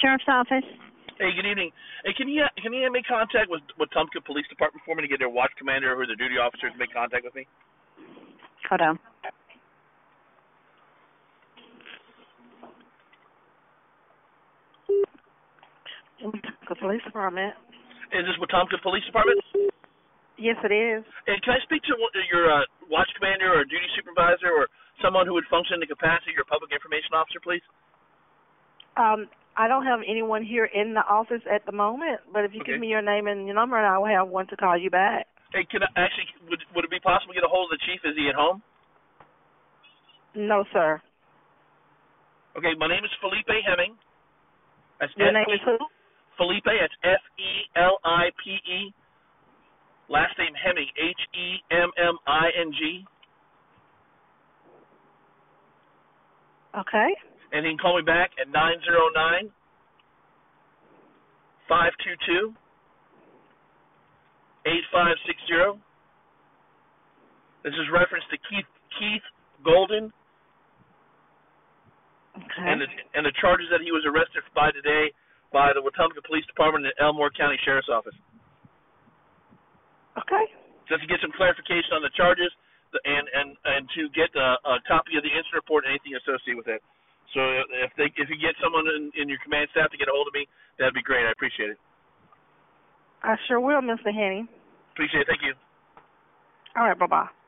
Sheriff's Office. Hey, good evening. Hey, can you can you make contact with with Tumpka Police Department for me to get their watch commander or their duty officer to make contact with me? Hold on. The police department. Is this Wetumpka Police Department? Yes, it is. And can I speak to one- your uh, watch commander or duty supervisor or someone who would function in the capacity of your public information officer, please? Um, I don't have anyone here in the office at the moment, but if you Okay. give me your name and your number, and I will have one to call you back. Hey, can I actually would would it be possible to get a hold of the chief? Is he at home? No, sir. Okay, my name is Felipe Hemming. That's Your F- E, name is who? Felipe. That's F E L I P E. Last name Hemming. H E M M I N G. Okay. And he can call me back at nine zero nine five two two eight five six zero. This is reference to Keith Keith Golden Okay. Uh-huh. and the and the charges that he was arrested by today by the Wetumpka Police Department and Elmore County Sheriff's Office. okay. just to get some clarification on the charges the- and and and to get a, a copy of the incident report and anything associated with it. So if they if you get someone in, in your command staff to get a hold of me, that'd be great. I appreciate it. I sure will, Mr. Henny. Appreciate it. Thank you. All right. Bye bye.